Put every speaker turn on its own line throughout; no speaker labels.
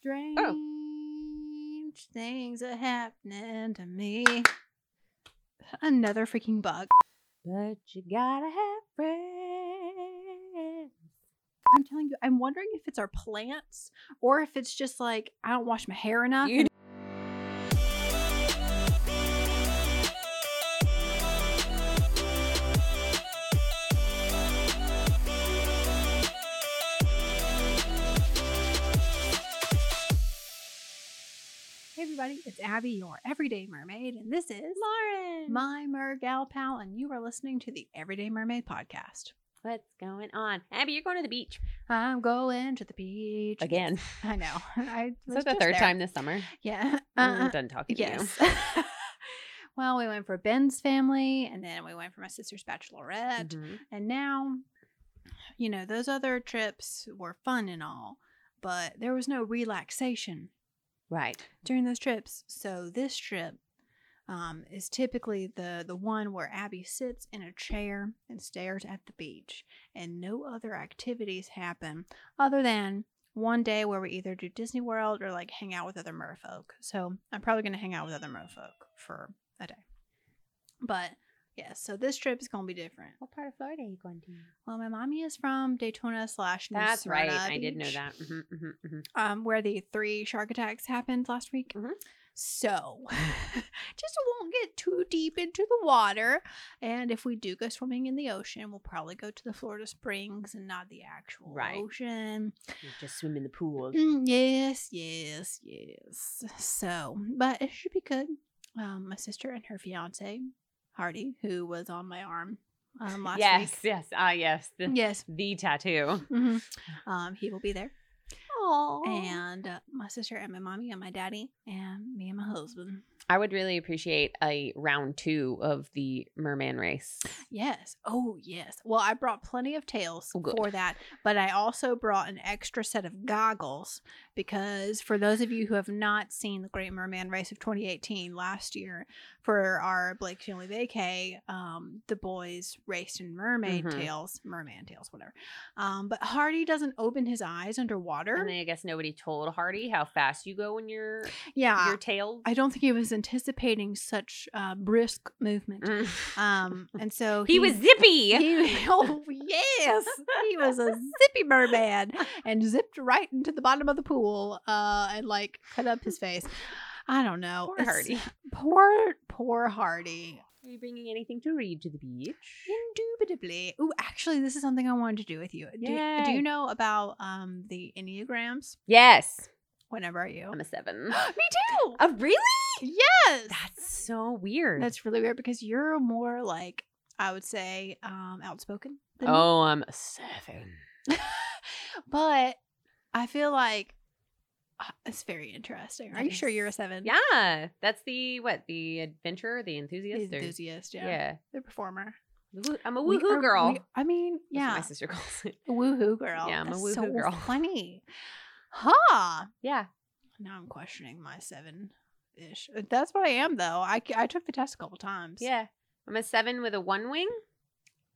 Strange things are happening to me. Another freaking bug.
But you gotta have friends.
I'm telling you, I'm wondering if it's our plants or if it's just like I don't wash my hair enough.
You-
hey everybody, it's Abby, your everyday mermaid, and this is
Lauren.
my Mergal pal, and you are listening to the Everyday Mermaid podcast.
What's going on? Abby, you're going to the beach.
I'm going to the beach
Again.
I know. I was
Is that the
just
third
there.
time this summer?
Yeah.
I'm
Uh,
done talking to
yes. well, we went for Ben's family, and then we went for my sister's
you.
bachelorette,
Mhm.
and now, you know, those other trips were fun and all, but there was no relaxation
Right.
during those trips. So this trip um, is typically the the one where Abby sits in a chair and stares at the beach, and no other activities happen other than one day where we either do Disney World or like hang out with other merfolk. So I'm probably gonna hang out with other merfolk for a day, but. Yeah, so this trip is gonna be different.
What part of Florida are you going to?
Well, my mommy is from Daytona slash New
That's right.
Smyrna
I did know
Beach
that. hmm hmm hmm
um, where the three shark attacks happened last week.
Mhm.
So, just won't get too deep into the water. And if we do go swimming in the ocean, we'll probably go to the Florida Springs and not the actual
Right.
ocean.
You just swim in the pool.
Mm, yes, yes, yes. So, but it should be good. Um, my sister and her fiance, Hardy, who was on my arm um, last
yes,
week.
yes, ah, yes. The,
Yes.
the tattoo.
Mhm. Um, he will be there.
Aww.
and uh, my sister and my mommy and my daddy and me and my husband.
I would really appreciate a round two of the merman race.
Yes. Oh, yes. Well, I brought plenty of tails
Oh, good.
for that, but I also brought an extra set of goggles because for those of you who have not seen the Great Merman Race of 2018 last year for our Blake Family Vacay, um, the boys raced in mermaid
Mhm.
tails, merman tails, whatever. Um, but Hardy doesn't open his eyes underwater.
And I guess nobody told Hardy how fast you go when you're
yeah.
your tail.
I don't think he was anticipating such uh, brisk movement.
Mm.
Um, and so
he was zippy.
He, oh yes, he was a zippy merman and zipped right into the bottom of the pool uh, and like cut up his face. I don't know.
Poor
It's-
Hardy.
Poor, poor Hardy.
Are you bringing anything to read to the beach?
Indubitably. Ooh, actually, this is something I wanted to do with you. Do, do
Yay.
you know about um the enneagrams?
Yes.
Whenever are you?
Oh, I'm a seven.
Me too.
oh, really?
yes.
That's so weird.
That's really weird because you're more like I would say um outspoken. Than me.
oh, I'm a seven.
but I feel like uh, it's very interesting. Are
That
you sure you're a
is-
seven?
Yeah. That's the what? The adventurer, the enthusiast?
The
or-
enthusiast. Yeah.
yeah.
the performer.
Woo- I'm a
We
woohoo
are-
girl.
we- I mean,
That's what
yeah,
my sister calls it.
woohoo girl.
Yeah, I'm a
That's
woohoo
so
girl.
Funny, huh?
Yeah.
Now I'm questioning my seven ish. That's what I am though. I c- I took the test a couple times.
Yeah. I'm a seven with a one wing,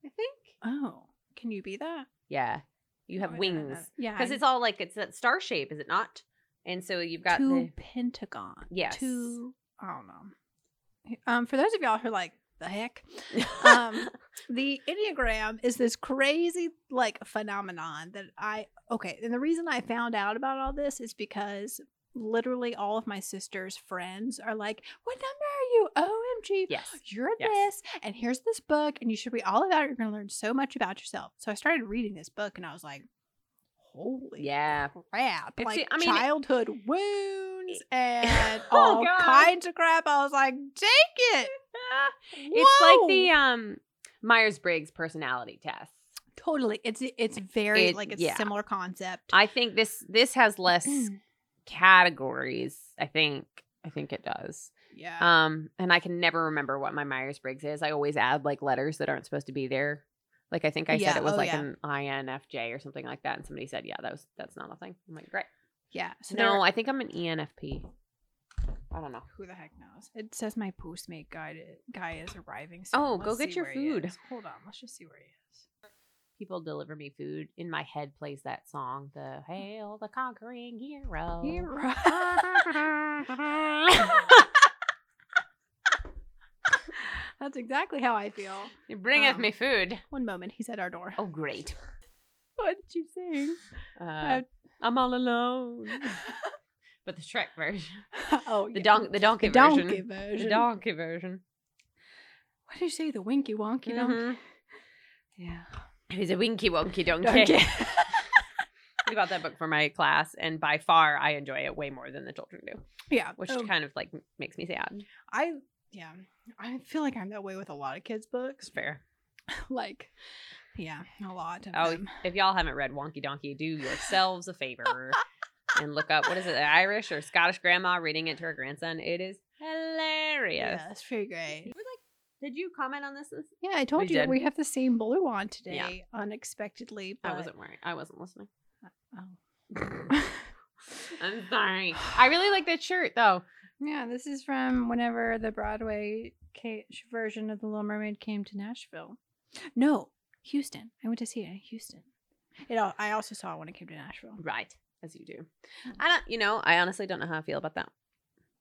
I think.
Oh, can you be that?
Yeah. You have
Oh, I didn't know
wings.
that. Yeah,
Because
I-
it's all like it's that star shape, is it not? And so you've got
two
the
pentagon.
Yes.
Two. I don't know. Um, for those of y'all who are like the heck, um, the enneagram is this crazy like phenomenon that I okay. And the reason I found out about all this is because literally all of my sister's friends are like, "What number are you? Omg,
yes.
you're
Yes.
this and here's this book and you should read all about it you're going to learn so much about yourself so i started reading this book and i was like holy
Yeah.
crap
It's-
like
I mean-
childhood wounds and
Oh,
all
God.
kinds of crap i was like take it
It's
Whoa!
like the um Myers Briggs personality test.
totally it's it's very
It-
like it's
yeah.
similar concept
I think this this has less categories. I think I think it does.
yeah
Um, and I can never remember what my Myers Briggs is. I always add like letters that aren't supposed to be there. Like I think I
Yeah,
said it was
oh,
like
yeah.
an INFJ or something like that, and somebody said, "Yeah, that was that's not a thing." I'm like, "Great."
yeah so
Um, no,
no
I think I'm an E ENFP. I don't know.
who the heck knows it says my postmate guy guy is arriving soon.
Oh, go
Let's
get
see
your
where he
food.
is. hold on let's just see where he is
people deliver me food, in my head plays that song, the Hail the Conquering Hero.
Hero. That's exactly how I feel.
It bringeth
Um,
me food.
One moment, he's at our door.
Oh, great.
What did you sing?
Uh, I'm all alone. but the Shrek version.
oh,
The,
yeah.
donk, the donkey
the donkey
version.
version.
The donkey version.
What did you say? The winky wonky donkey.
Mhm.
Yeah.
Mm-hmm. It was a winky wonky donkey.
Donkey.
we bought that book for my class, and by far I enjoy it way more than the children do,
yeah.
which
oh,
kind of like makes me sad.
I yeah. I feel like I'm that way with a lot of kids' books.
It's fair.
Like, yeah, a lot. Of
Oh,
them.
if y'all haven't read Wonky Donkey, do yourselves a favor and look up what is it, an Irish or Scottish grandma reading it to her grandson. It is hilarious.
yeah, it's pretty great.
You were like, did you comment on this? this-
Yeah, I told
We
you
did.
we have the same blue on today, unexpectedly. But,
I wasn't wearing. I wasn't listening.
Oh.
I'm sorry. I really like that shirt though.
yeah, this is from whenever the Broadway ca- version of The Little Mermaid came to Nashville. No, Houston. I went to see it in Houston. It. al- I also saw it when it came to Nashville.
Right, as you do. I don't. You know, I honestly don't know how I feel about that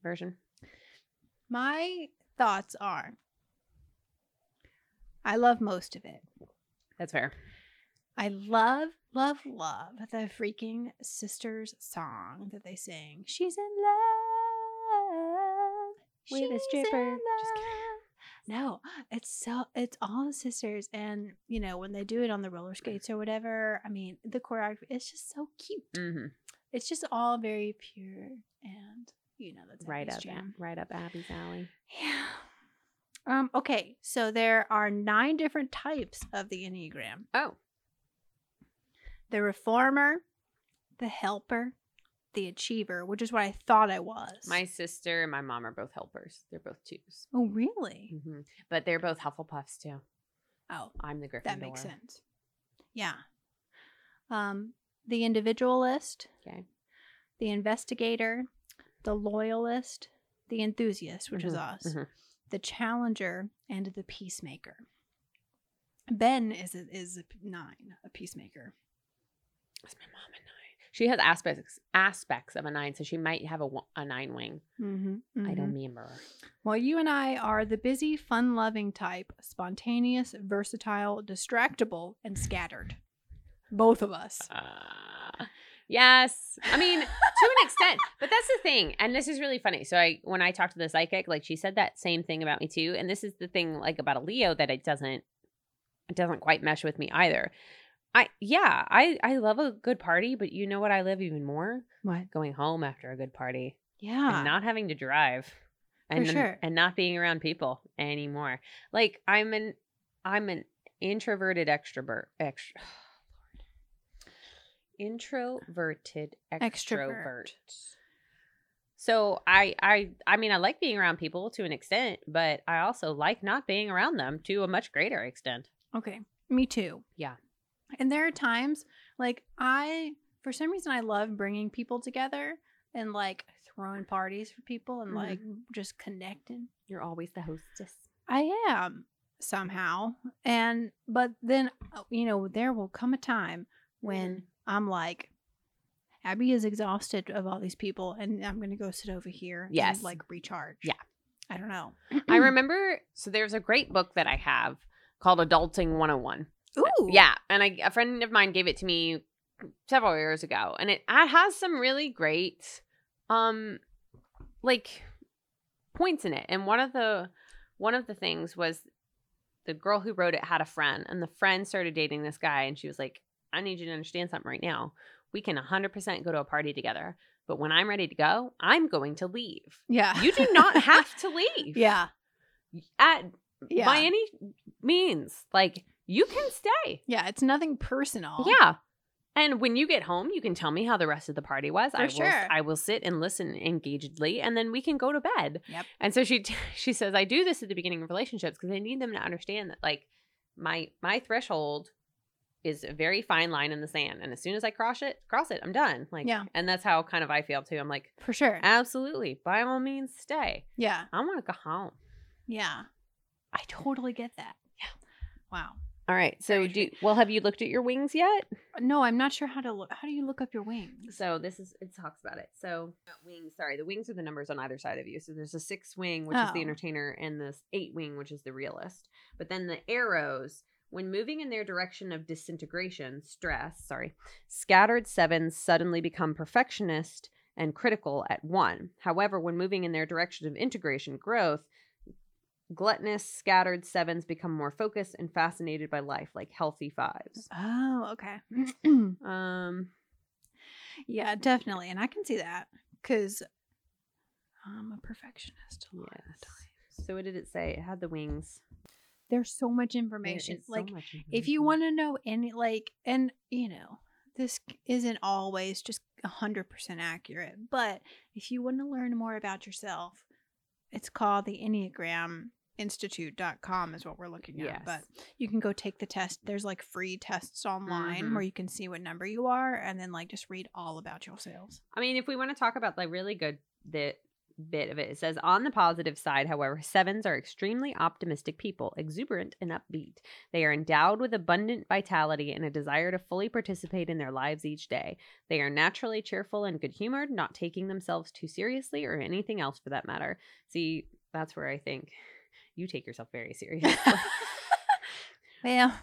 version.
My thoughts are I love most of it.
That's fair.
I love, love, love the freaking sisters song that they sing. She's in
Ah,
love
With a
She's
stripper.
in
Just kidding.
love. No, it's so it's all the sisters, and you know when they do it on the roller skates or whatever. I mean, the choreography it's just so cute.
Mm-hmm.
It's just all very pure, and you know that's
Right
Abby's
up,
jam.
right up Abby's alley.
Yeah. Um, okay, so there are nine different types of the Enneagram
Oh,
the reformer, the helper, the achiever, which is what I thought I was.
my sister and my mom are both helpers. They're both twos,
oh, really?
mm-hmm. but they're both Hufflepuffs too.
Oh,
I'm the Gryffindor.
that makes sense. Yeah. Um, the individualist,
Okay.
the investigator, the loyalist, the enthusiast, which is us,
mhm.
the challenger, and the peacemaker. Ben is a, is a p- nine, a peacemaker.
Is my mom a nine? She has aspects aspects of a nine, so she might have a, wo- a nine wing.
Mm-hmm,
I don't remember.
Well, you and I are the busy, fun loving type, spontaneous, versatile, distractible, and scattered. Both of us.
Uh, yes. I mean, to an extent, but that's the thing. And this is really funny. So I when I talked to the psychic, like she said that same thing about me too. And this is the thing like about a Leo that it doesn't it doesn't quite mesh with me either. I yeah, I I love a good party, but you know what I love even more?
What?
Going home after a good party
Yeah.
and not having to drive. And
For
then-
sure.
and not being around people anymore. Like I'm an I'm an introverted extrovert extra introverted extrovert.
Extrovert.
So I I I mean I like being around people to an extent, but I also like not being around them to a much greater extent.
okay. Me too.
Yeah.
And there are times like I, for some reason, I love bringing people together and like throwing parties for people and
Mhm.
like just connecting.
You're always the hostess.
I am somehow. And but then uh, you know, there will come a time when
Mm-hmm.
I'm like Abby is exhausted of all these people and I'm going to go sit over here and,
Yes.
like recharge.
Yeah.
I don't know.
I remember so there's a great book that I have called Adulting 101.
Ooh.
Yeah, and I, a friend of mine gave it to me several years ago, and it, it has some really great, um, like points in it. And one of the one of the things was the girl who wrote it had a friend, and the friend started dating this guy, and she was like, "I need you to understand something right now. We can 100% go to a party together, but when I'm ready to go, I'm going to leave.
Yeah.
You do not have to leave.
Yeah.
at
Yeah.
by any means. Like you can stay."
yeah, it's nothing personal.
Yeah. And when you get home, you can tell me how the rest of the party was.
For
I
sure.
will I will sit and listen engagedly and then we can go to bed.
Yep.
And so she she says I do this at the beginning of relationships because I need them to understand that like my my threshold is a very fine line in the sand and as soon as I cross it, cross it, I'm done. Like
Yeah.
and that's how kind of I feel too. I'm like
For sure.
absolutely, by all means stay.
Yeah.
I want to go home.
Yeah. I totally get that.
Yeah.
Wow.
All right. So
Very
do well. Have you looked at your wings yet?
No, I'm not sure how to look. How do you look up your wings?
So this is it talks about it. So not wings. Sorry, the wings are the numbers on either side of you. So there's a six wing, which is the
Oh.
entertainer, and this eight wing, which is the realist. But then the arrows, when moving in their direction of disintegration, stress. Sorry, scattered sevens suddenly become perfectionist and critical at one. However, when moving in their direction of integration, growth. Gluttonous, scattered sevens become more focused and fascinated by life, like healthy fives.
Oh, okay.
Um,
yeah, definitely. And I can see that because I'm a perfectionist. A lot of the
Yes.
time.
So what did it say? It had the wings.
There's so much
There
information.
is so
like,
much
if you
information.
want to know any, like, and you know, this isn't always just 100% accurate, but if you want to learn more about yourself, it's called the Enneagram institute.com is what we're looking at
Yes.
but you can go take the test there's like free tests online
Mhm.
where you can see what number you are and then like just read all about yourselves
I mean, if we want to talk about the really good bit bit of it, it says on the positive side, however, sevens are extremely optimistic people, exuberant and upbeat. They are endowed with abundant vitality and a desire to fully participate in their lives each day. They are naturally cheerful and good humored, not taking themselves too seriously or anything else for that matter. See, that's where I think you take yourself very seriously.
well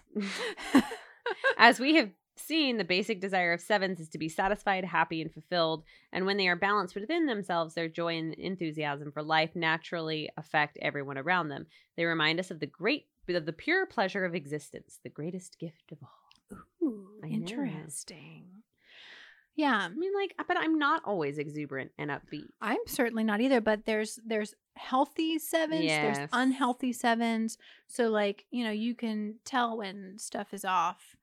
As we have seen, the basic desire of sevens is to be satisfied, happy, and fulfilled. And when they are balanced within themselves, their joy and enthusiasm for life naturally affect everyone around them. They remind us of the great, of the pure pleasure of existence, the greatest gift of all.
Ooh,
I know.
interesting. Yeah,
I mean, like, but I'm not always exuberant and upbeat.
I'm certainly not either, but there's there's healthy sevens,
Yes.
there's unhealthy sevens. So like, you know, you can tell when stuff is off.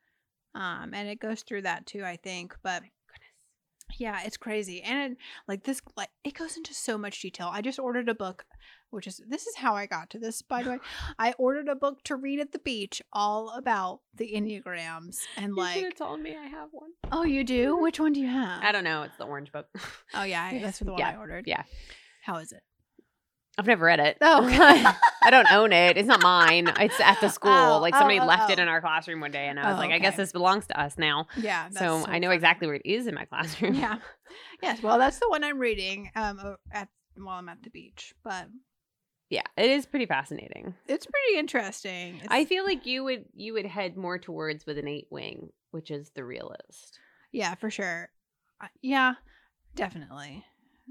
Um and it goes through that too, I think, but
Goodness.
yeah, it's crazy. And it, like this like it goes into so much detail. I just ordered a book which is this is how I got to this by the way. I ordered a book to read at the beach all about the enneagrams and
You should have
like
told me I have one.
Oh, you do? Which one do you have?
I don't know. It's the orange book.
Oh yeah, I, that's the one I ordered.
yeah.
How is it?
I've never read it.
Oh, okay.
I don't own it. It's not mine. It's at the school.
Oh,
like somebody
oh, oh,
left it
oh.
in our classroom one day, and I was
Oh,
like, I guess
okay.
this belongs to us now.
Yeah. that's
so, I know
funny.
exactly where it is in my classroom.
Yeah. Yes. Well, that's the one I'm reading. Um, o- at while I'm at the beach, but
yeah, it is pretty fascinating.
it's pretty interesting. It's,
I feel like you would you would head more towards with an eight wing, which is the realist.
yeah, for sure. I- Yeah, definitely.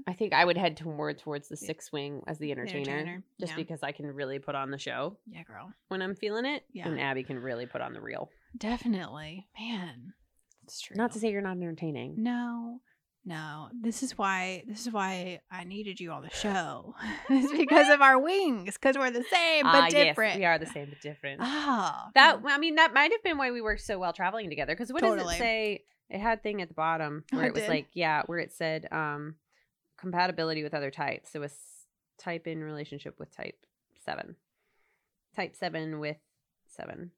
I think I would head more towards the
Mm-hmm. Yeah.
six wing as the entertainer,
Entertainer,
just
yeah.
because I can really put on the show
Yeah, girl.
when I'm feeling it,
Yeah.
and Abby can really put on the real.
Definitely, man. It's true.
Not to say you're not entertaining.
no. No, this is why this is why I needed you on the show. it's because of our wings, because we're the same but
Ah, yes,
different.
we are the same but different.
Oh,
That I mean, that might have been why we worked so well traveling together. Because what does
Totally.
it say? It had thing at the bottom
Oh,
where
it
it was
did?
like, yeah, where it said um, compatibility with other types. So a s- type in relationship with type seven, type seven with seven.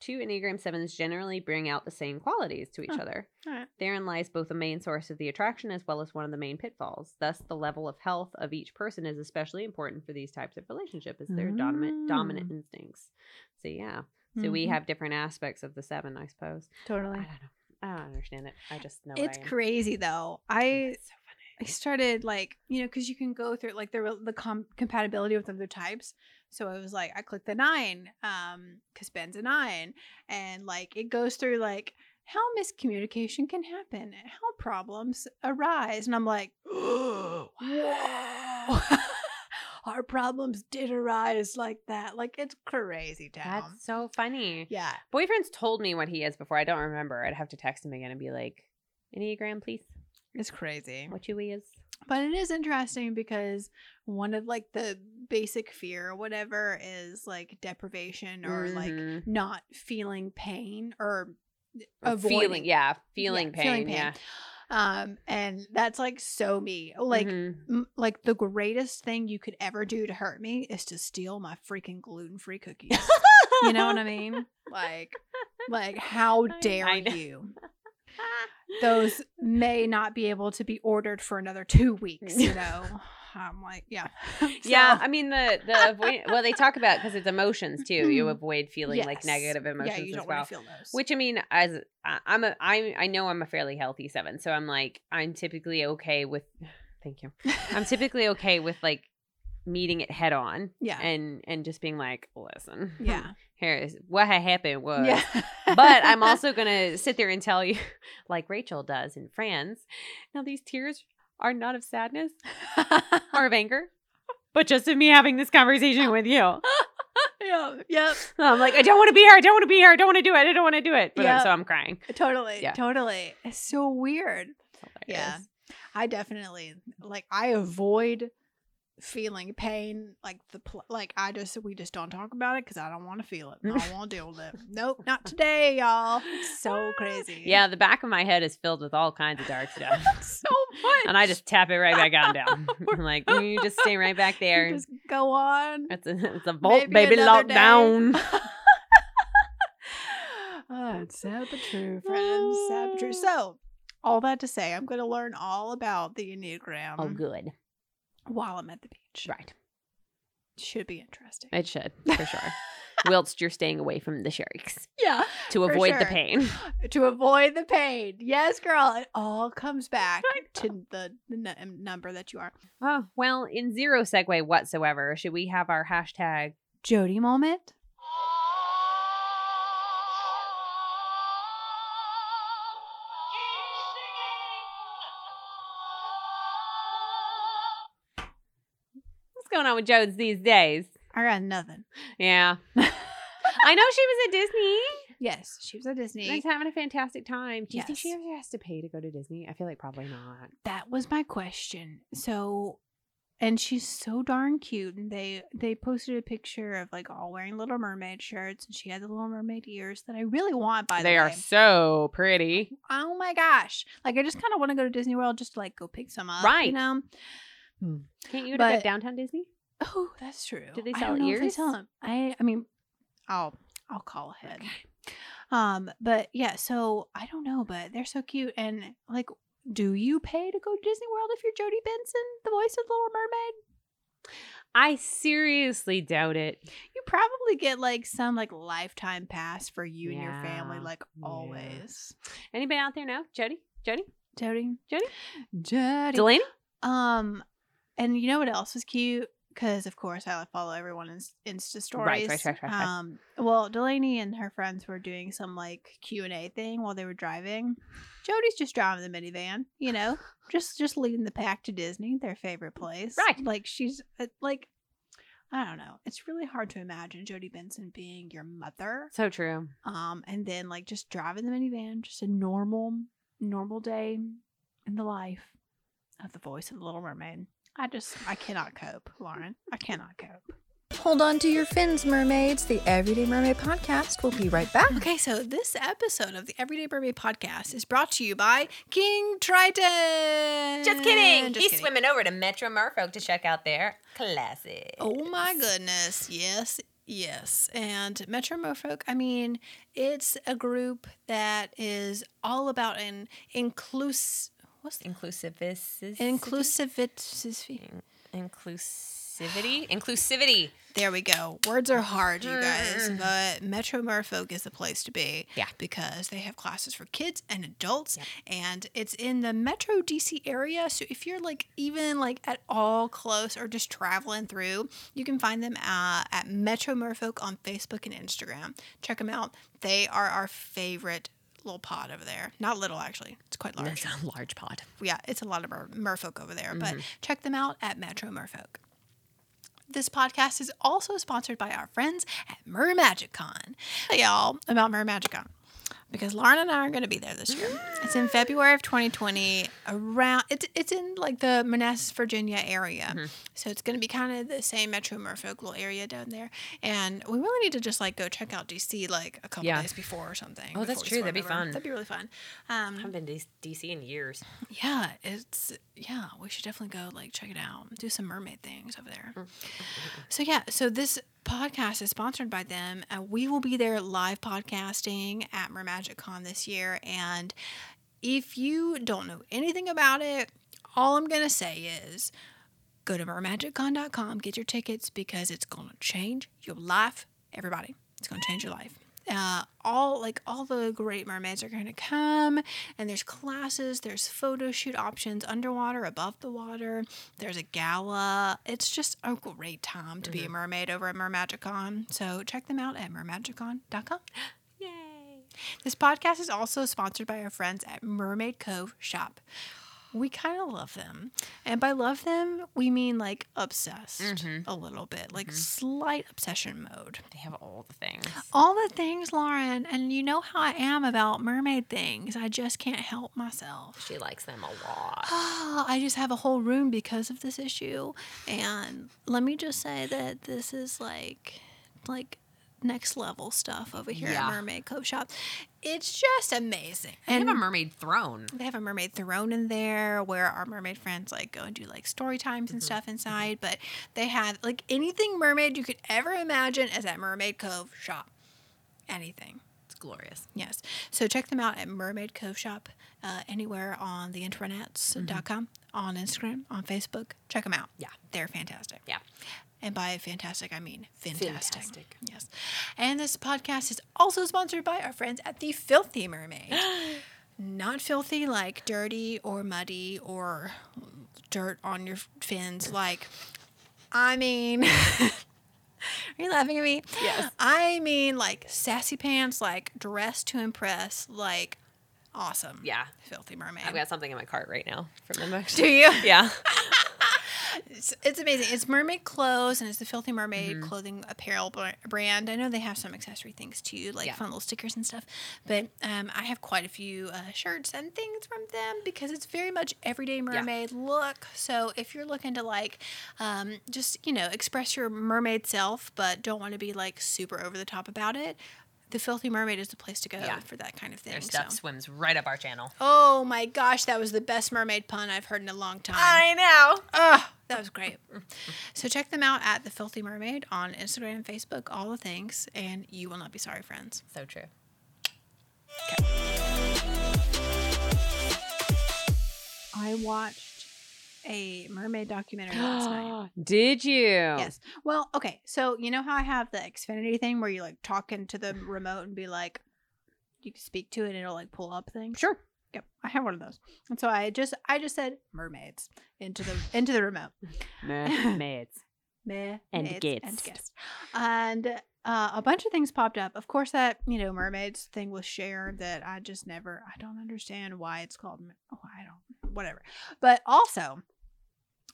Two enneagram sevens generally bring out the same qualities to each
Huh.
other.
Alright.
Therein lies both the main source of the attraction as well as one of the main pitfalls. Thus, the level of health of each person is especially important for these types of relationship, as their dominant
Mm.
dominant instincts. So yeah, so we
Mhm.
have different aspects of the seven, I suppose. I
totally.
don't know. I don't understand it. I just know.
It's
I am.
crazy though. I I started like you know because you can go through like the rel- the com- compatibility with other types. So I was like, I clicked the nine, um, because Ben's a nine, and like it goes through like how miscommunication can happen, how problems arise, and I'm like, whoa, our problems did arise like that. Like it's crazy town.
That's so funny.
yeah,
Boyfriend's told me what he is before. I don't remember. I'd have to text him again and be like, Enneagram, please.
it's crazy.
What you is?
But it is interesting because one of like the basic fear or whatever is like deprivation or like
Mhm.
not feeling pain or
Or
avoiding.
feeling, yeah, feeling
Yeah,
pain,
feeling pain.
yeah.
Um, and that's like so me. Like,
Mhm.
m- like the greatest thing you could ever do to hurt me is to steal my freaking gluten free cookies. you know what I mean? Like, like how
I-
dare
I know.
you? those may not be able to be ordered for another two weeks. You know, I'm like, yeah,
yeah,
So,
I mean the the avoid. well, they talk about because it's emotions too. You avoid feeling like
Mm-hmm. yes.
negative emotions
yeah, you
as
don't
well.
want to feel those.
Which I mean, as I- I'm a I I know I'm a fairly healthy seven, so I'm like I'm typically okay with. Thank you. I'm typically okay with like meeting it head on
yeah,
and and just being like, listen,
yeah,
here is what had happened was.
yeah.
but I'm also gonna sit there and tell you, like Rachel does in Friends. Now these tears are not of sadness or of anger, but just of me having this conversation with you.
yeah, yep,
I'm like, I don't want to be here. I don't want to be here. I don't want to do it. I don't want to do it. But I'm-
Yeah.
so I'm crying.
totally,
Yeah.
totally. It's so weird. Yeah.
Hilarious.
I definitely like I avoid feeling pain like the pl- like I just we just don't talk about it because I don't want to feel it. I don't want to deal with it. Nope, not today, y'all. So crazy.
Yeah, the back of my head is filled with all kinds of dark stuff.
so much.
and I just tap it right back on down. I'm like, "Mm, you just stay right back there.
just go on.
It's a, it's a vault,
Maybe
baby,
another day.
lockdown.
oh, it's sad but true, friends. sad but true. So, all that to say, I'm going to learn all about the enneagram
Oh, good.
while I'm at the beach.
Right.
Should be interesting.
It should, for sure. Whilst you're staying away from the sharks
yeah.
to
For
avoid the
sure.
pain.
to avoid the pain. Yes, girl, it all comes back to the n- number that you are.
Oh, well, in zero segue whatsoever, should we have our hashtag?
Jody moment.
What's going on with Jodes these days?
I got nothing.
Yeah. I know she was at Disney.
Yes, she was at Disney.
She's having a fantastic time. Do you think she
Yes.
ever has to pay to go to Disney? I feel like probably not.
That was my question. So, and she's so darn cute. And they they posted a picture of like all wearing Little Mermaid shirts, and she had the Little Mermaid ears that I really want. By
they
the way,
are so pretty.
oh my gosh! Like I just kind of want to go to Disney World just to like go pick some up,
Right.
You know?
Can't you go
But-
to downtown Disney?
Oh, that's true.
Do they
I
sell
don't know if
ears?
sell 'em. I I mean, I'll I'll call ahead. Um, but yeah, so I don't know, but they're so cute and like, do you pay to go to Disney World if you're Jodie Benson, the voice of Little Mermaid?
I seriously doubt it.
You probably get like some like lifetime pass for you and your family,
Yeah,
like
yeah.
always.
Anybody out there know? Jody? Jody?
Jodie,
Jody?
Jodie.
Delaney?
Um, and you know what else was cute? Because of course I follow everyone in Insta stories.
Right, right, right, right, right.
Um, well, Delaney and her friends were doing some like Q and A thing while they were driving. Jody's just driving the minivan, you know, just just leading the pack to Disney, their favorite place.
Right.
Like she's uh, like, I don't know. It's really hard to imagine Jodie Benson being your mother.
So true.
Um, and then like just driving the minivan, just a normal, normal day in the life of the voice of the Little Mermaid. I just I cannot cope, Lauren. I cannot cope.
Hold on to your fins, mermaids. The Everyday Mermaid Podcast will be right back.
Okay, so this episode of the Everyday Mermaid podcast is brought to you by King Triton.
over to Metro Merfolk to check out their classic.
Oh my goodness. Yes. Yes. And Metro Mofolk, I mean, it's a group that is all about an inclus what's the
Inclusivity.
inclusivity.
Inclusivity. Inclusivity.
There we go. Words are hard, you guys, but Metro Merfolk is the place to be.
Yeah.
Because they have classes for kids and adults, and it's in the Metro DC area. So if you're like even like at all close or just traveling through, you can find them uh, at Metro Merfolk on Facebook and Instagram. Check them out. They are our favorite little pod over there. Not little, actually. It's quite large
That's a large pod.
yeah, it's a lot of mer- merfolk over there, but
Mm-hmm.
check them out at Metro Merfolk. This podcast is also sponsored by our friends at MerMagicCon. Tell y'all about MerMagicCon because Lauren and I are going to be there this year. It's in February of 2020 around it's it's in like the Manassas, Virginia area.
Mm-hmm.
So it's going to be kind of the same Metro Merfolk little area down there. And we really need to just like go check out DC like a couple
Yeah.
days before or something.
Oh, that's
before we swarm
true. That'd be
everyone.
fun.
That'd be really fun. Um,
I haven't been to DC in years.
yeah, it's yeah, we should definitely go like check it out. Do some mermaid things over there. So yeah, so this podcast is sponsored by them. Uh, we will be there live podcasting at MerMagicCon this year and If you don't know anything about it, all I'm going to say is go to mermagiccon.com, get your tickets because it's going to change your life, everybody. It's going to change your life. Uh, all like all the great mermaids are going to come and there's classes there's photo shoot options underwater above the water there's a gala it's just a great time to be a mermaid over at mermagicon so check them out at mermagicon.com
Yay.
this podcast is also sponsored by our friends at Mermaid Cove Shop. We kind of love them. And by love them, we mean like obsessed
Mhm.
a little bit, like slight obsession mode.
They have all the things.
All the things, Lauren, and you know how I am about mermaid things. I just can't help myself.
She likes them a lot.
Ah, I just have a whole room because of this issue. And let me just say that this is like like next level stuff over here
Yeah.
at Mermaid Cove Shop. It's just amazing.
They
And
have a mermaid throne.
they have a mermaid throne in there where our mermaid friends like go and do like story times and stuff inside. But they have like anything mermaid you could ever imagine is at Mermaid Cove Shop. Anything.
It's glorious.
Yes. So check them out at Mermaid Cove Shop, uh, anywhere on the intranets.com, on Instagram, on Facebook. Check them out.
Yeah.
They're fantastic.
Yeah.
And by fantastic, I mean fantastic.
Fantastic.
Yes. And this podcast is also sponsored by our friends at the Filthy Mermaid. Not filthy like dirty or muddy or dirt on your fins. Like, I mean, are you laughing at me?
Yes.
I mean, like sassy pants, like dress to impress, like awesome.
Yeah.
Filthy Mermaid.
I've got something in my cart right now from them
Do
actually.
you?
Yeah.
It's, it's amazing. It's mermaid clothes and it's the Filthy Mermaid
Mm-hmm.
clothing apparel br- brand. I know they have some accessory things too, like
Yeah.
fun little stickers and stuff. But um, I have quite a few uh, shirts and things from them because it's very much everyday mermaid look. So if you're looking to like um, just you know express your mermaid self, but don't want to be like super over the top about it, the Filthy Mermaid is the place to go
Yeah.
for that kind of thing.
Their
so.
stuff swims right up our channel.
Oh my gosh, that was the best mermaid pun I've heard in a long time.
know.
Oh, that was great. So check them out at The Filthy Mermaid on Instagram and Facebook, all the things, and you will not be sorry, friends.
So true.
I watched a mermaid documentary last night.
Did you?
Yes. Well, okay. So you know how I have the Xfinity thing where you like talk into the remote and be like, you can speak to it and it'll like pull up things.
Sure.
Yep, I have one of those. And so I just I just said mermaids into the into the remote.
Mermaids.
Meh,
And
maids,
guest.
And guest. And uh, a bunch of things popped up. Of course, that, you know, mermaids thing was shared that I just never, I don't understand why it's called, mer- oh, I don't, whatever. But also,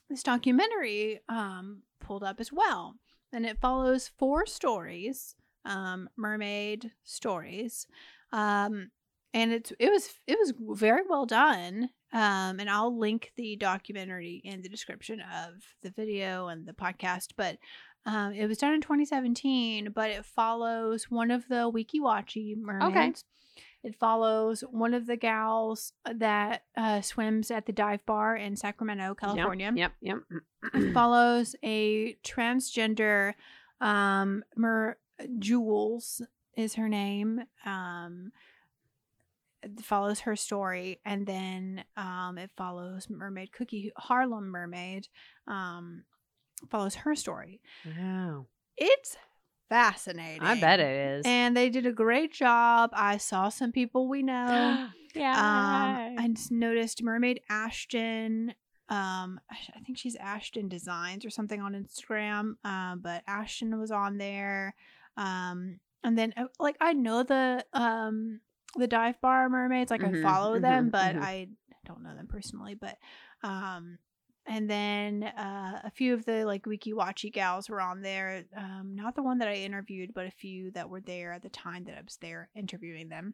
this documentary um, pulled up as well. And it follows four stories, um, mermaid stories. Um, and it's it was it was very well done um and i'll link the documentary in the description of the video and the podcast but um it was done in 2017 but it follows one of the wikiwachi mermaids it follows one of the gals that uh, swims at the dive bar in sacramento california
Yep. Yep.
follows a transgender um mer jules is her name um it follows her story and then um it follows mermaid cookie harlem mermaid um follows her story
Wow.
it's fascinating
I bet it is.
and they did a great job i saw some people we know um, I just noticed Mermaid Ashton. Um, I sh- I think she's Ashton Designs or something on Instagram. Um, but Ashton was on there. Um, and then uh, like I know the um the dive bar mermaids. Like I
Mhm,
follow them,
mhm,
but
mhm.
I don't know them personally. But um. And then uh, a few of the like Wiki Watchy gals were on there. Um, not the one that I interviewed, but a few that were there at the time that I was there interviewing them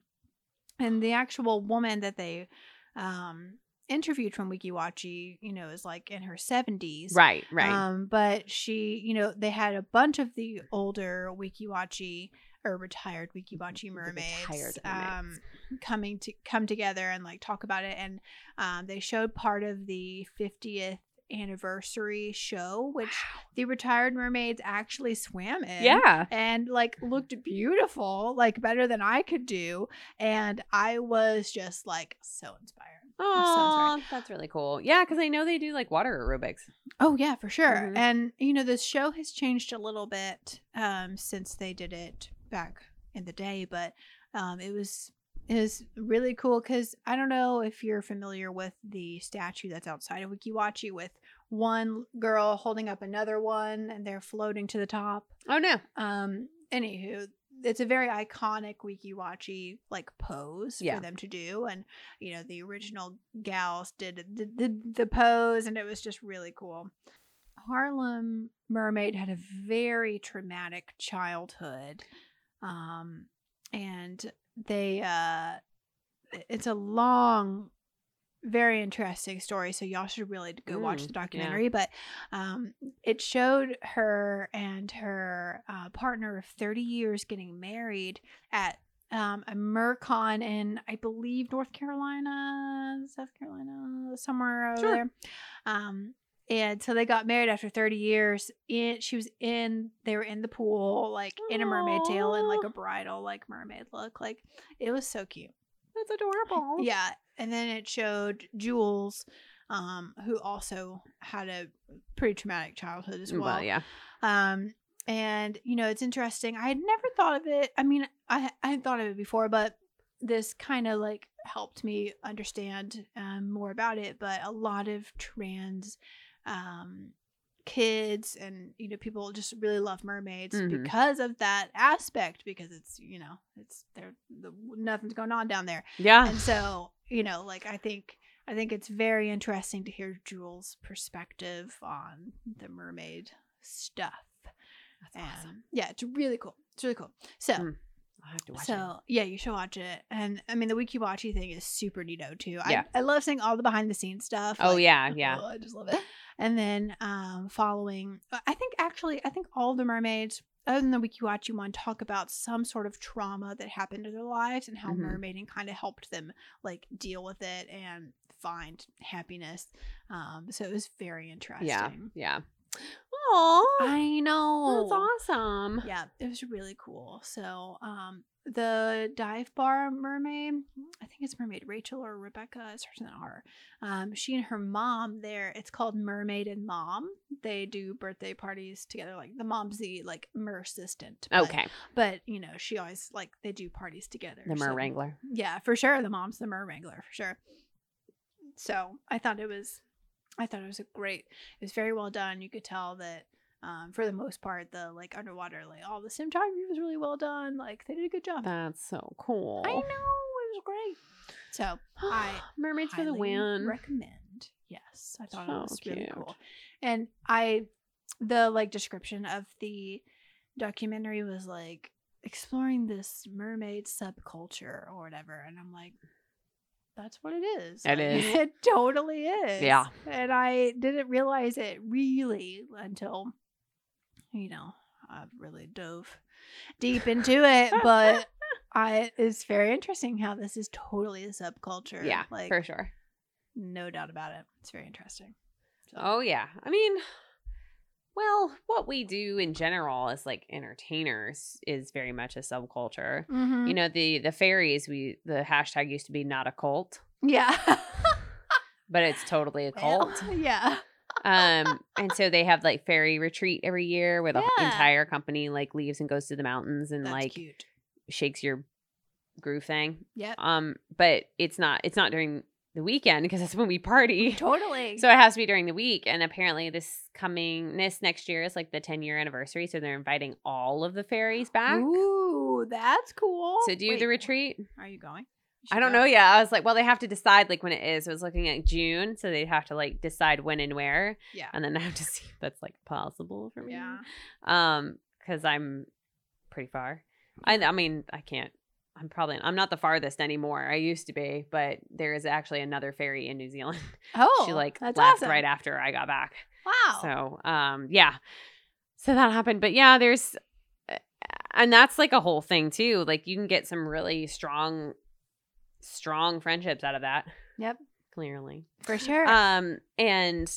and the actual woman that they um interviewed from wikiwachi you know is like in her 70s
right. Right.
um but she you know they had a bunch of the older wikiwachi or retired wikiwachi mermaids,
Mm-hmm. retired
um
mermaids.
coming to come together and like talk about it and um they showed part of the 50th anniversary show, which the retired mermaids actually swam in.
yeah.
And like looked beautiful, like better than I could do. And I was just like so inspired. I'm so
Oh,
sorry.
that's really cool. Yeah, because I know they do like water aerobics.
Oh yeah, for sure.
Mhm.
And you know, this show has changed a little bit um, since they did it back in the day, but um, it was it was really cool because I don't know if you're familiar with the statue that's outside of Wikiwachi with one girl holding up another one and they're floating to the top.
Oh no.
Um, anywho, it's a very iconic Wikiwachi like pose
Yeah.
for them to do, and you know the original gals did the, the the pose, and it was just really cool. Harlem Mermaid had a very traumatic childhood, um, and they uh, it's a long. Very interesting story, so y'all should really go watch
Mm,
the
yeah.
documentary. But um, it showed her and her uh, partner of 30 years getting married at um, a mercon in, I believe, North Carolina, South Carolina, somewhere over
Sure.
there. Um, and so they got married after 30 years. In she was in, they were in the pool, like in a mermaid tail and like a
Aw.
bridal, like mermaid look. Like it was so cute.
That's adorable.
Yeah, and then it showed Jules, um, who also had a pretty traumatic childhood as well.
Well, yeah.
Um, and you know, it's interesting. I had never thought of it. I mean, I I had thought of it before, but this kind of like helped me understand um, more about it. But a lot of trans um, kids and you know people just really love mermaids
Mhm.
because of that aspect because it's you know it's there the, nothing's going on down there
Yeah.
and so you know like i think i think it's very interesting to hear jules perspective on the mermaid stuff and
That's awesome.
yeah it's really cool it's really cool so
Mm, I'll have to watch
so yeah you should watch it and i mean the wikiwachi thing is super neato too
Yeah.
I, I love seeing all the behind the scenes stuff
it. Oh
like,
yeah, yeah.
oh, i just love it and then um following i think actually i think all the mermaids other than the wikiwachi one talk about some sort of trauma that happened in their lives and how
Mhm.
mermaiding kind of helped them like deal with it and find happiness um so it was very interesting
Yeah. Yeah. Oh,
i know
that's awesome.
yeah, it was really cool. So, um, the dive bar mermaid, I think it's mermaid Rachel or Rebecca, it starts with an R. Um, she and her mom there, it's called Mermaid and Mom. They do birthday parties together. Like the mom's the like mer assistant. but-
Okay.
But, you know, she always like they do parties together.
The mer
so-
wrangler.
yeah, for sure. The mom's the mer wrangler for sure. So I thought it was, I thought it was a great. It was very well done. You could tell that, um, for the most part, the like underwater, like all the cinematography was really well done. Like they did a good job.
That's so cool.
I know it was great. So I
Mermaids for the
highly
win.
Recommend. Yes, I thought it
So
was really
cute.
cool. And I, the like description of the documentary was like exploring this mermaid subculture or whatever, and I'm like, that's what it is.
It
Like,
is.
It totally is.
Yeah.
And I didn't realize it really until, you know, I really dove deep into it, but. I, it's very interesting how this is totally a subculture.
yeah,
like
for sure.
no doubt about it. It's very interesting. So,
Oh yeah. I mean, well, what we do in general as like entertainers is very much a subculture.
Mhm.
You know, the the fairies we the hashtag used to be not a cult,
yeah,
but it's totally a
Well,
cult.
yeah,
um and so they have like fairy retreat every year where the whole
Yeah.
entire company like leaves and goes to the mountains and
that's
like
cute.
shakes your groove thing.
Yep,
Um but it's not it's not during the weekend because that's when we party.
totally.
So it has to be during the week. And apparently, this coming this next year is like the 10 year anniversary. So they're inviting all of the fairies back
ooh, that's cool.
to do
Wait,
the retreat.
Are you going? You should
I don't
go.
know yet. I was like, well, they have to decide like when it is. I was looking at June, so they have to like decide when and where,
Yeah,
and then I have to see if that's like possible for me.
yeah.
Um, because I'm pretty far. I I mean I can't. I'm probably I'm not the farthest anymore. I used to be, but there is actually another fairy in New Zealand.
Oh,
she like
that's
left
awesome.
right after I got back.
Wow.
So, um, yeah. So that happened, but yeah, there's, uh, and that's like a whole thing too. Like you can get some really strong, strong friendships out of that.
Yep.
Clearly.
for sure.
Um, and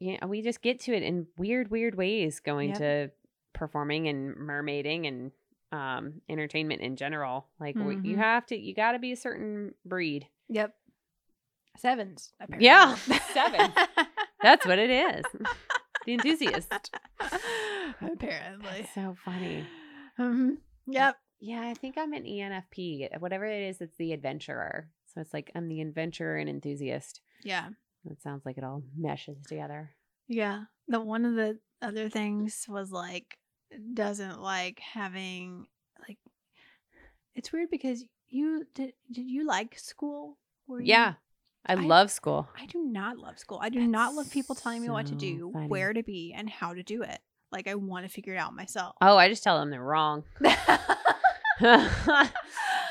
yeah, we just get to it in weird, weird ways going
Yep.
to performing and mermaiding and um, entertainment in general. Like we,
Mhm.
you have to, you got to be a certain breed.
Yep. Sevens, apparently.
Yeah, sevens. That's what it is. the enthusiast.
apparently.
So funny.
Mhm. Yep.
Yeah, I think I'm an E ENFP. uh, Whatever it is, it's the adventurer. So it's like I'm the adventurer and enthusiast.
Yeah.
It sounds like it all meshes together.
Yeah. The one of the other things was like doesn't like having like it's weird because you did did you like school? Were you-
Yeah. I,
I-
love school.
I do not love school. I do
That's
not love people telling me what to
so
do,
funny.
where to be, and how to do it. Like I want to figure it out myself.
Oh, I just tell them they're wrong.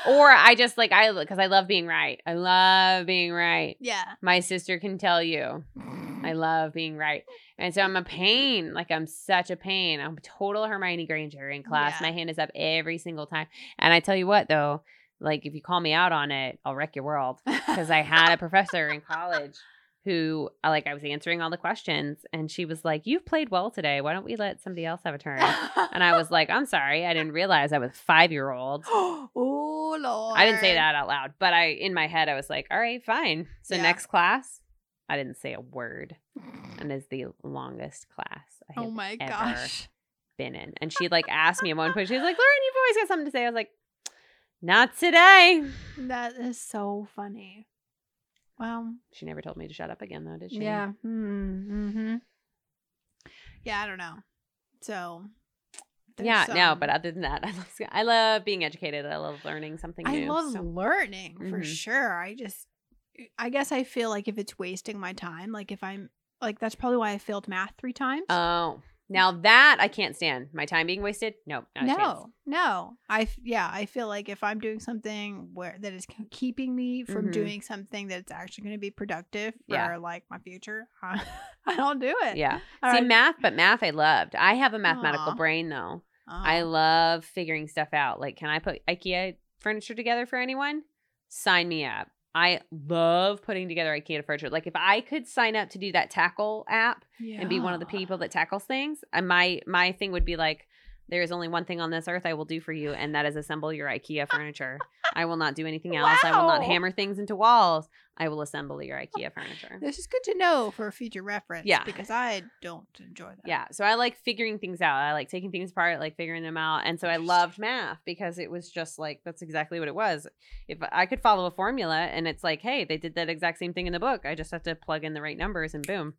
or I just like I because I love being right. I love being right.
yeah.
My sister can tell you. I love being right. And so I'm a pain. Like I'm such a pain. I'm total Hermione Granger in class.
Yeah.
My hand is up every single time. And I tell you what though, like if you call me out on it, I'll wreck your world. Because I had a professor in college who uh, like I was answering all the questions and she was like, You've played well today. Why don't we let somebody else have a turn? And I was like, I'm sorry, I didn't realize I was five year old.
oh lord.
I didn't say that out loud, but I in my head I was like, all right, fine. So
Yeah.
next class, I didn't say a word, and is the longest class I have
Oh my
ever
gosh.
been in. And she like asked me at one point, she was like, Lauren, you've always got something to say. I was like, not today.
That is so funny. Wow.
She never told me to shut up again though, did she?
Yeah. Mm-hmm. Yeah, I don't know. So. there's
Yeah, no,
some-
but other than that, I love sc- I love being educated. I love learning something
I
new.
love
so-
learning for
Mhm.
sure. I just, I guess I feel like if it's wasting my time, like if I'm, like that's probably why I failed math three times.
Oh. Now that I can't stand. My time being wasted? Nope. Not a chance.
no, no. I f- yeah, I feel like if I'm doing something where that is k- keeping me from
Mhm.
doing something that's actually going to be productive for
Yeah.
like my future, I, I don't do it.
Yeah.
All
See,
right.
math, but math I loved. I have a mathematical
Aw.
brain though.
Oh,
I love figuring stuff out. Like, can I put IKEA furniture together for anyone? Sign me up. I love putting together IKEA furniture. Like, if I could sign up to do that tackle app and be one of the
yeah.
people that tackles things, and my my thing would be like, there is only one thing on this earth I will do for you, and that is assemble your IKEA furniture. I will not do anything else. I will not
Wow.
hammer things into walls. I will assemble your IKEA furniture.
This is good to know for future reference.
Yeah.
Because I don't enjoy that.
Yeah. So I like figuring things out. I like taking things apart, like figuring them out. And so I loved math because it was just like, that's exactly what it was. If I could follow a formula and it's like, hey, they did that exact same thing in the book, I just have to plug in the right numbers and boom.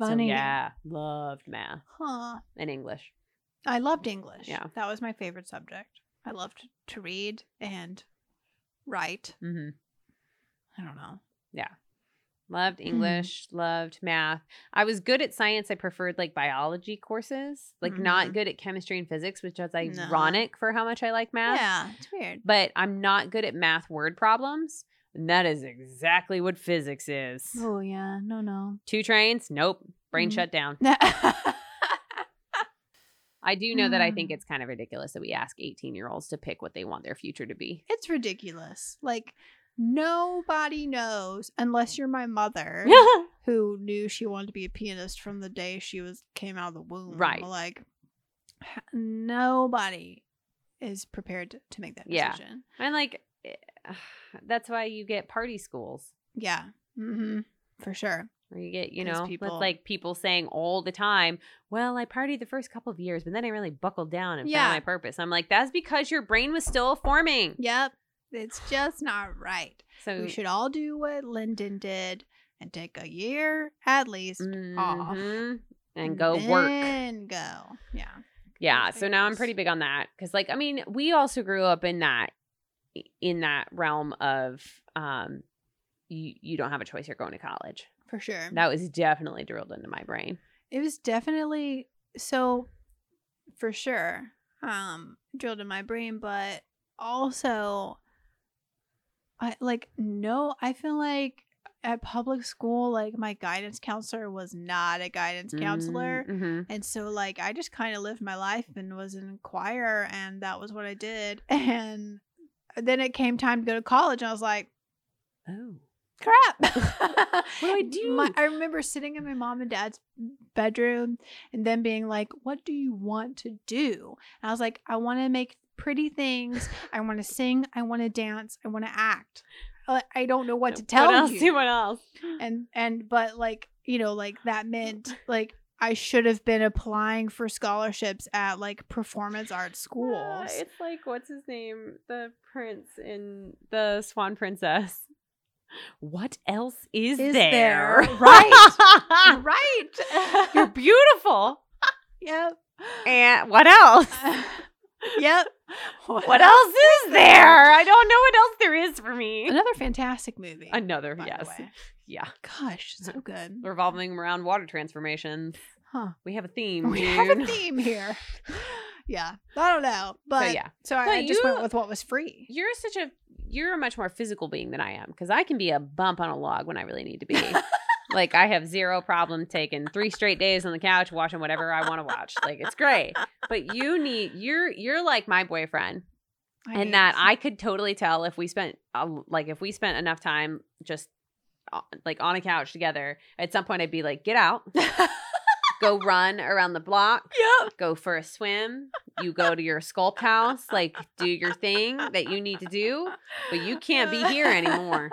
So,
Funny.
yeah. Loved math
Huh.
and English.
I loved English.
Yeah.
That was my favorite subject. I loved to read and write.
hmm
I don't know.
Loved
Hmm.
English, loved math. I was good at science. I preferred like biology courses, like not
Mhm.
good at chemistry and physics, which is
No.
ironic for how much I like math.
Yeah. It's weird.
but I'm not good at math word problems. And that is exactly what physics is.
Oh yeah. No no.
Two trains? Nope. Brain
Mhm.
shut down. I do know that I think
Mm.
it's kind of ridiculous that we ask 18 year olds to pick what they want their future to be.
it's ridiculous. Like nobody knows unless you're my mother who knew she wanted to be a pianist from the day she was came out of the womb.
Right.
Like h- nobody is prepared to make that
Yeah.
decision.
and like, eh, that's why you get party schools.
Yeah. hmm For sure.
Where you get, you
'Cause
know, with,
people-
like people saying all the time, well, I partied the first couple of years, but then I really buckled down and
Yeah.
found my purpose. I'm like, that's because your brain was still forming.
Yep. It's just not right.
So
We should all do what Lyndon did and take a year at least off.
mhm, Mm, and go work.
Then go. Yeah.
Yeah, so now I'm
Yes.
pretty big on that cuz like I mean, we also grew up in that in that realm of um you, you don't have a choice you're going to college.
For sure.
That was definitely drilled into my brain.
It was definitely so for sure. Um drilled in my brain, but also I like no, I feel like at public school like my guidance counselor was not a guidance counselor.
Mhm.
And so like I just kind of lived my life and was in choir and that was what I did. And then it came time to go to college and I was like,
Oh.
crap.
What do I do?
My, I remember sitting in my mom and dad's bedroom and then being like, What do you want to do? And I was like, I want to make pretty things. I want to sing. I want to dance. I want to act. I I don't know what to tell
what else?
you.
What else?
and and but like you know like that meant like i should have been applying for scholarships at like performance arts
Uh,
schools
it's like what's his name, the prince in the Swan Princess. What else is,
Is
there?
there? Right. right
You're beautiful.
yep
And what else?
yep
What else is there? I don't know what else there is for me.
another fantastic movie
Another,
by the
yes.
way.
Yeah.
gosh so good
Revolving around water transformations.
huh
We have a theme.
we have a
June.
theme here yeah i don't know but
yeah.
yeah so i,
But
I just
you-
went with what was free
You're such a you're a much more physical being than I am because I can be a bump on a log when I really need to be. like I have zero problem taking three straight days on the couch watching whatever I want to watch. Like it's great. But you need you're you're like my boyfriend
I
and
mean,
that I could totally tell if we spent uh, like if we spent enough time just uh, like on a couch together. At some point, I'd be like, "Get out, go run around the block,
yep
go for a swim. You go to your sculpt house, like do your thing that you need to do, but you can't be here anymore."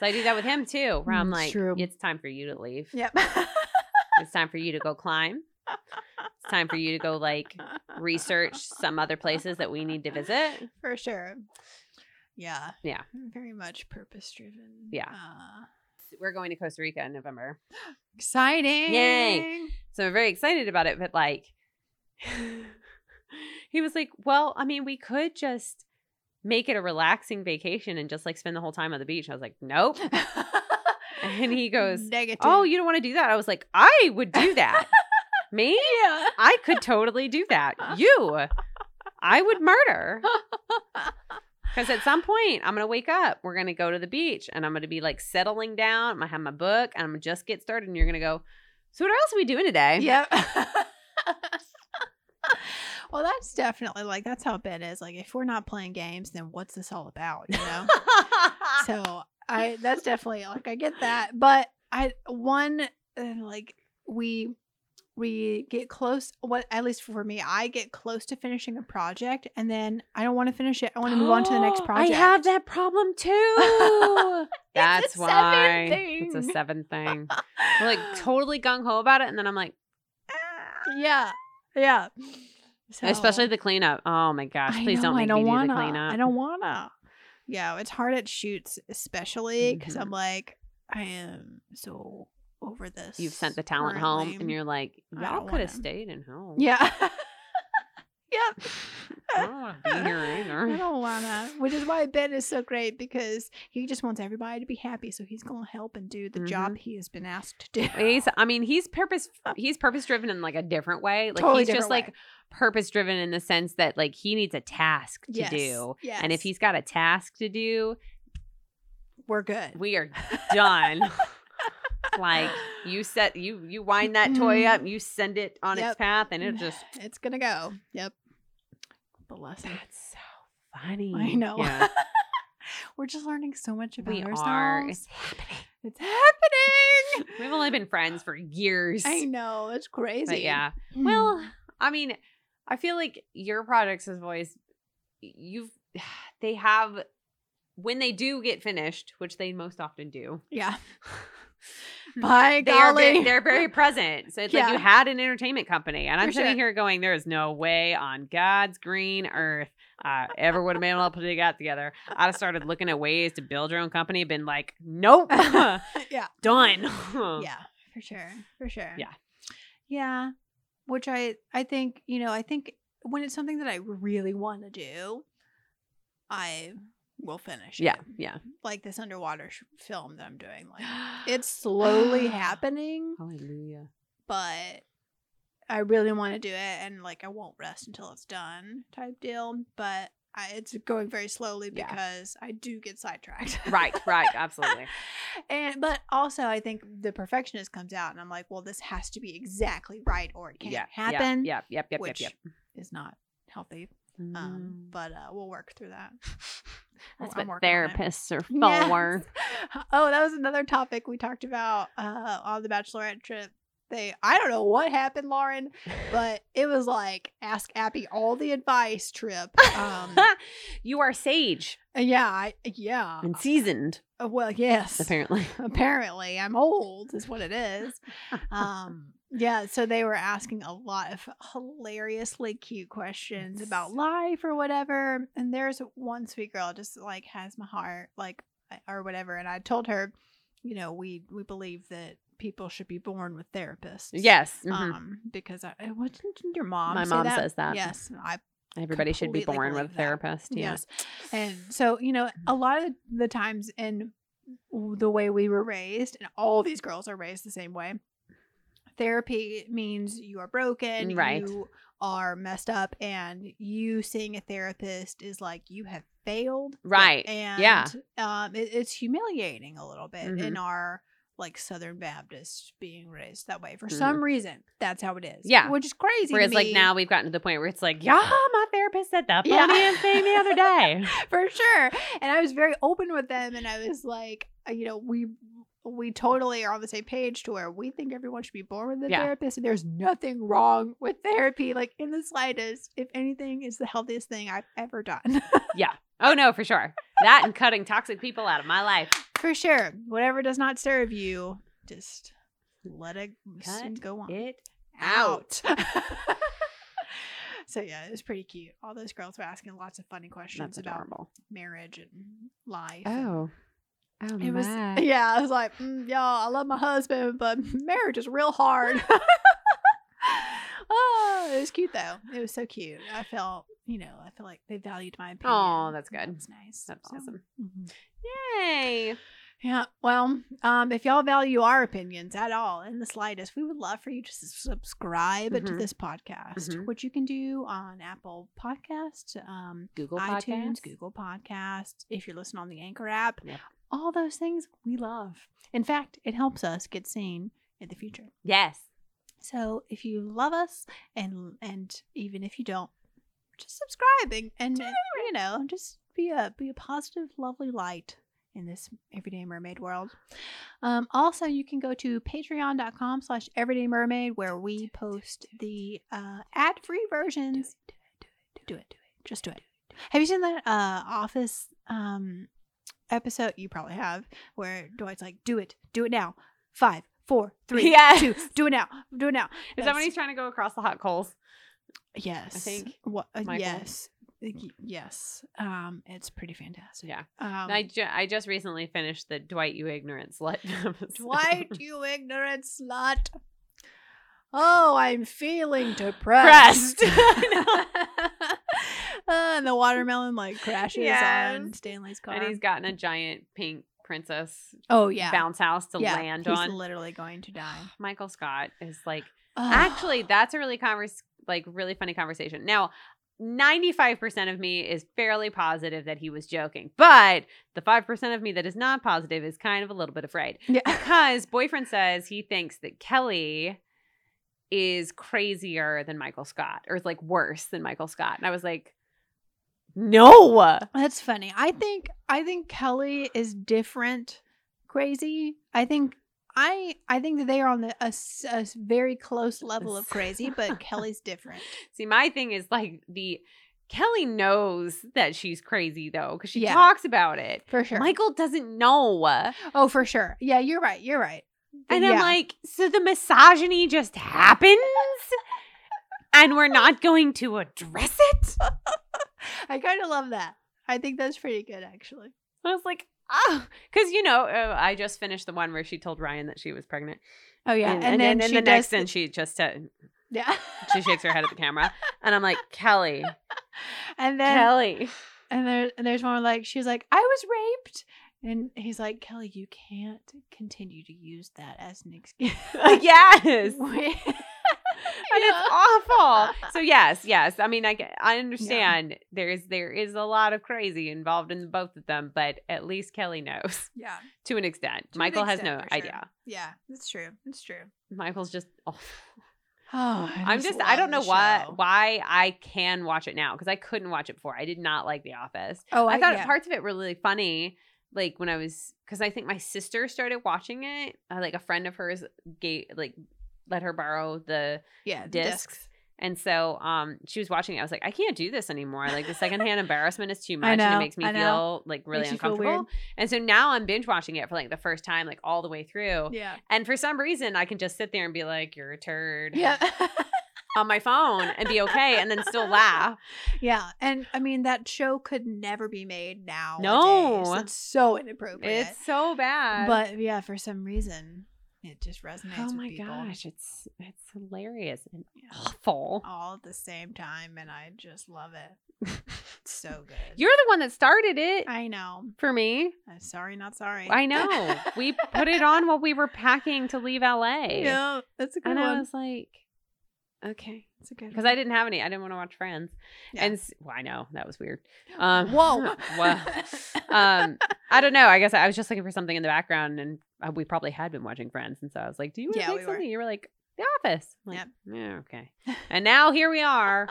So I do that with him too, where I'm
Mm,
like,
true.
"It's time for you to leave.
yep
It's time for you to go climb. It's time for you to go like." research some other places that we need to visit
for sure yeah
Yeah.
very much purpose driven
Yeah.
uh,
we're going to costa rica in november
exciting
So I'm very excited about it, but like he was like, Well, I mean, we could just make it a relaxing vacation and just like spend the whole time on the beach. I was like, Nope. And he goes,
negative
Oh, you don't want to do that? I was like, I would do that. Me?
yeah
I could totally do that. You. I would murder. Because at some point, I'm going to wake up. We're going to go to the beach and I'm going to be like settling down. I'm going to have my book and I'm going to just get started. And you're going to go, So, what else are we doing today?
yep well that's definitely like that's how ben is like if we're not playing games then what's this all about you know so I that's definitely like I get that, but I one uh, like we we get close. What at least for me, I get close to finishing a project, and then I don't want to finish it. I want to move on to the next project.
I have that problem too. That's
seven
why it's a
thing.
seven thing. I'm like totally gung ho about it, and then I'm like,
yeah, yeah. Ah, So-
especially the cleanup. Oh my gosh,
I
please
know,
don't make
I don't
me
wanna,
do the cleanup.
I don't wanna. Yeah, it's hard at shoots, especially because
Mhm.
I'm like I am so over this.
You've sent the talent home, and
currently.
you're like,
I
y'all
don't
could have
wanna.
stayed in home.
yeah. yep.
I don't want to be here
I
either.
don't wanna, which is why Ben is so great because he just wants everybody to be happy. So he's gonna help and do the job he has been asked to do.
Mm-hmm. He's, I mean, he's purpose, he's purpose driven in like a different way. Like
Uh, Totally
he's just
different
like purpose driven in the sense that like he needs a task to
Yes,
do,
yes.
and if he's got a task to do,
we're good.
we are done. like you set you you wind that toy
Mm.
up, you send it on its
Yep.
path, and it just
it's gonna go. Yep. Bless him.
that's so funny.
I know.
Yeah,
We're just learning so much about
we
ourselves.
are. It's happening.
It's happening.
We've only been friends for years.
I know. It's crazy.
But yeah.
Mm.
Well, I mean, I feel like your projects has always you've they have when they do get finished, which they most often do.
yeah. By
Mm. they are
golly,
very, they're very present. So it's like you
Yeah.
had an entertainment company, and I'm
For
sitting
sure.
here going, "There is no way on God's green earth I ever would have been able to put it out together." I'd have started looking at ways to build your own company, been like, "Nope,
yeah.
done."
yeah for sure for sure
Yeah.
yeah which i i think you know i think when it's something that i really want to do i will finish
yeah,
it.
yeah.
like this underwater sh- film that i'm doing like it's slowly
Oh.
happening
Hallelujah.
but i really want to do it and like i won't rest until it's done type deal but I, it's going very slowly
Yeah.
because i do get sidetracked
Right, right, absolutely.
And but also I think the perfectionist comes out and I'm like, well, this has to be exactly right or it can't
yeah,
happen.
Yep, yep, yep, yep,
which
yep.
is not healthy. Um,
Um,
but uh, we'll work through that.
That's
I'm
what
working on it.
therapists are
Yes.
for.
Oh, that was another topic we talked about uh, on the bachelorette trip. They, I don't know what happened, Lauren, but it was like ask Abby all the advice trip. Um,
you are sage
yeah, I, yeah.
and seasoned,
Uh, Well, yes.
apparently.
apparently i'm old is what it is um yeah so they were asking a lot of hilariously cute questions
Yes.
about life or whatever and there's one sweet girl just like has my heart like or whatever and i told her you know we we believe that people should be born with therapists
Yes. mhm.
um because i I- what did your mom
My
say
mom
that?
says that.
yes i
Everybody should be
completely
born
believe
with a
that.
therapist. Yeah.
Yes. And so, you know, a lot of the times in the way we were raised, and all these girls are raised the same way, therapy means you are broken,
Right.
you are messed up, and you seeing a therapist is like you have failed.
Right.
And
Yeah.
um, it, it's humiliating a little bit in
Mhm.
our like Southern Baptist being raised that way. For
Mhm.
some reason, that's how it is.
Yeah.
Which is crazy. to
Whereas, like
me.
now, we've gotten to the point where it's like, yeah, my therapist said that
Yeah.
funny thing the other day.
for sure. And I was very open with them, and I was like, uh, you know, we we totally are on the same page to where we think everyone should be born with a
Yeah.
therapist, and there's nothing wrong with therapy, like in the slightest. If anything, is the healthiest thing I've ever done,
yeah. Oh no, for sure. That and cutting toxic people out of my life.
for sure. Whatever does not serve you, just let it s-
Cut
go on
It
out. So yeah, it was pretty cute. All those girls were asking lots of funny questions
That's
about
adorable.
marriage and life. and-
Oh. Oh
It was
my.
yeah. I was like, mm, y'all, I love my husband, but marriage is real hard. oh, it was cute though. It was so cute. I felt, you know, I feel like they valued my opinion.
Aw, that's good.
It's nice.
That's
So,
awesome.
mhm.
Yay.
Yeah. Well, um, if y'all value our opinions at all in the slightest, we would love for you to s- subscribe to
Mhm.
this podcast,
Mhm.
which you can do on Apple Podcasts, um,
Google
iTunes,
Podcasts.
Google Podcasts. If you're listening on the Anchor app,
Yep.
all those things we love. In fact, it helps us get seen in the future.
Yes.
So if you love us, and and even if you don't, just subscribing and and, you know just be a be a positive, lovely light in this everyday mermaid world. Um, also, you can go to patreon.com slash everyday mermaid where we post the uh, ad-free versions do it. Do it. Just do it. Have you seen that uh office um episode? You probably have, where Dwight's like, do it, do it now. Five, four, three,
Yes.
two, do it now, do it now.
Is that
That's-
when he's trying to go across the hot coals?
Yes.
think,
what uh,
Michael.
yes. Y- Yes. Um, it's pretty fantastic.
Yeah.
Um
I, ju- I just recently finished the Dwight You Ignorant Slut. episode.
Dwight, you ignorant slut. Oh, I'm feeling depressed.
Pressed. I know.
Uh, and the watermelon like crashes
Yes.
on Stanley's car.
and he's gotten a giant pink princess
oh yeah.
bounce house to
yeah,
land
he's
on.
literally going to die.
Michael Scott is like, actually, that's a really converse, like really funny conversation. Now, 95% of me is fairly positive that he was joking, but the 5% of me that is not positive is kind of a little bit afraid
yeah.
because boyfriend says he thinks that Kelly is crazier than Michael Scott or is like worse than Michael Scott. And I was like, no.
That's funny. I think I think Kelly is different crazy. I think I I think that they are on the, a, s- a s- very close level of crazy, but Kelly's different.
See, my thing is like the Kelly knows that she's crazy though, because she
Yeah.
talks about it.
For sure.
Michael doesn't know.
oh, for sure. Yeah, you're right. You're right.
And I'm
Yeah.
like, so the misogyny just happens and we're not going to address it?
I kind of love that. I think that's pretty good actually.
I was like, oh, because you know, uh, I just finished the one where she told Ryan that she was pregnant.
Oh yeah,
And, and then, the next, and she just, uh,
yeah,
she shakes her head at the camera. And I'm like, Kelly,
and then
Kelly.
And there, and there's one like she's like, I was raped, and he's like, Kelly, you can't continue to use that as an excuse.
yes.
Wait.
and it's awful. So yes, yes. I mean, I get- I understand there's there is a lot of crazy involved in both of them, but at least Kelly knows
yeah,
to an extent.
To an
Michael has
extent,
no
for sure.
idea.
yeah, it's true. It's true.
Michael's just awful.
Oh, I
I'm just I
love
don't know
the
why
show.
why I can watch it now because I couldn't watch it before. I did not like The Office.
Oh,
I thought
yeah.
parts of it were really funny. Like when I was, because I think my sister started watching it. Uh, like a friend of hers gave, like, let her borrow the
yeah, the
discs. And so um, she was watching it. I was like, I can't do this anymore. Like the secondhand embarrassment is too
I
much, and
know,
it makes me
I know.
feel like really
Makes you feel
uncomfortable. and so now I'm binge watching it for like the first time, like all the way through.
Yeah,
And for some reason, I can just sit there and be like, "You're a turd,"
yeah,
on my phone and be okay, and then still laugh.
yeah. And I mean, that show could never be made now.
No.
it's so inappropriate.
It's so bad.
but yeah, for some reason, it just resonates.
oh
with
my
people
gosh, it's it's hilarious and
Yeah.
awful.
all at the same time, and I just love it. It's so good.
You're the one that started it
I know.
for me.
I'm sorry, not sorry.
I know. we put it on while we were packing to leave LA.
Yeah, that's a good
and I
one.
was like, okay,
That's a good
because I didn't have any. I didn't want to watch Friends,
Yeah.
and s- well, I know that was weird. Um,
Whoa.
well, um, I don't know. I guess I, was just looking for something in the background, and uh, we probably had been watching Friends, and so I was like, do you want to
Yeah,
pick
we were.
something? You were like, The Office. I'm like,
Yep.
Yeah. Okay. And now here we are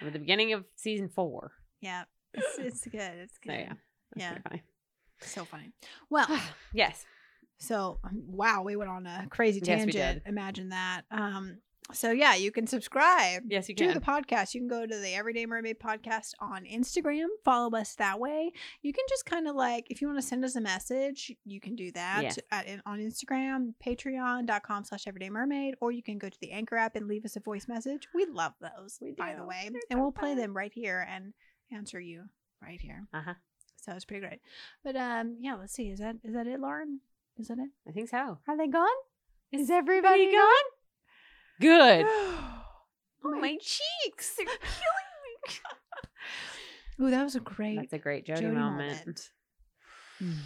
at the beginning of season four.
yeah, it's, it's good. It's
So
good.
yeah, that's
Yeah.
pretty funny.
So funny. Well,
yes.
so um, wow, we went on a crazy
Yes, we
tangent. Imagine that. Um, so yeah, you can subscribe
Yes, you
to the
can.
podcast. You can go to the Everyday Mermaid Podcast on Instagram. Follow us that way. You can just kind of like, if you want to send us a message, you can do that
Yes.
at, in- on Instagram, patreon.com slash everyday mermaid, or you can go to the Anchor app and leave us a voice message. We love those,
We
by the
do.
way.
They're
and
so
we'll play
fun.
them right here and answer you right here.
Uh-huh.
So it's pretty great. But um, yeah, let's see. Is that is that it, Lauren? Is that it?
I think so.
Are they gone?
Is everybody gone? Good.
oh
my
cheeks! They're killing me. Ooh, that was a great
That's a great Jody,
Jody
moment.
moment.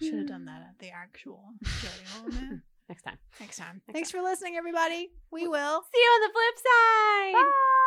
Should have done that at the actual Jody moment
next time.
next time.
Next
Thanks for listening, everybody. We will.
See you on the flip side.
Bye.
Ah!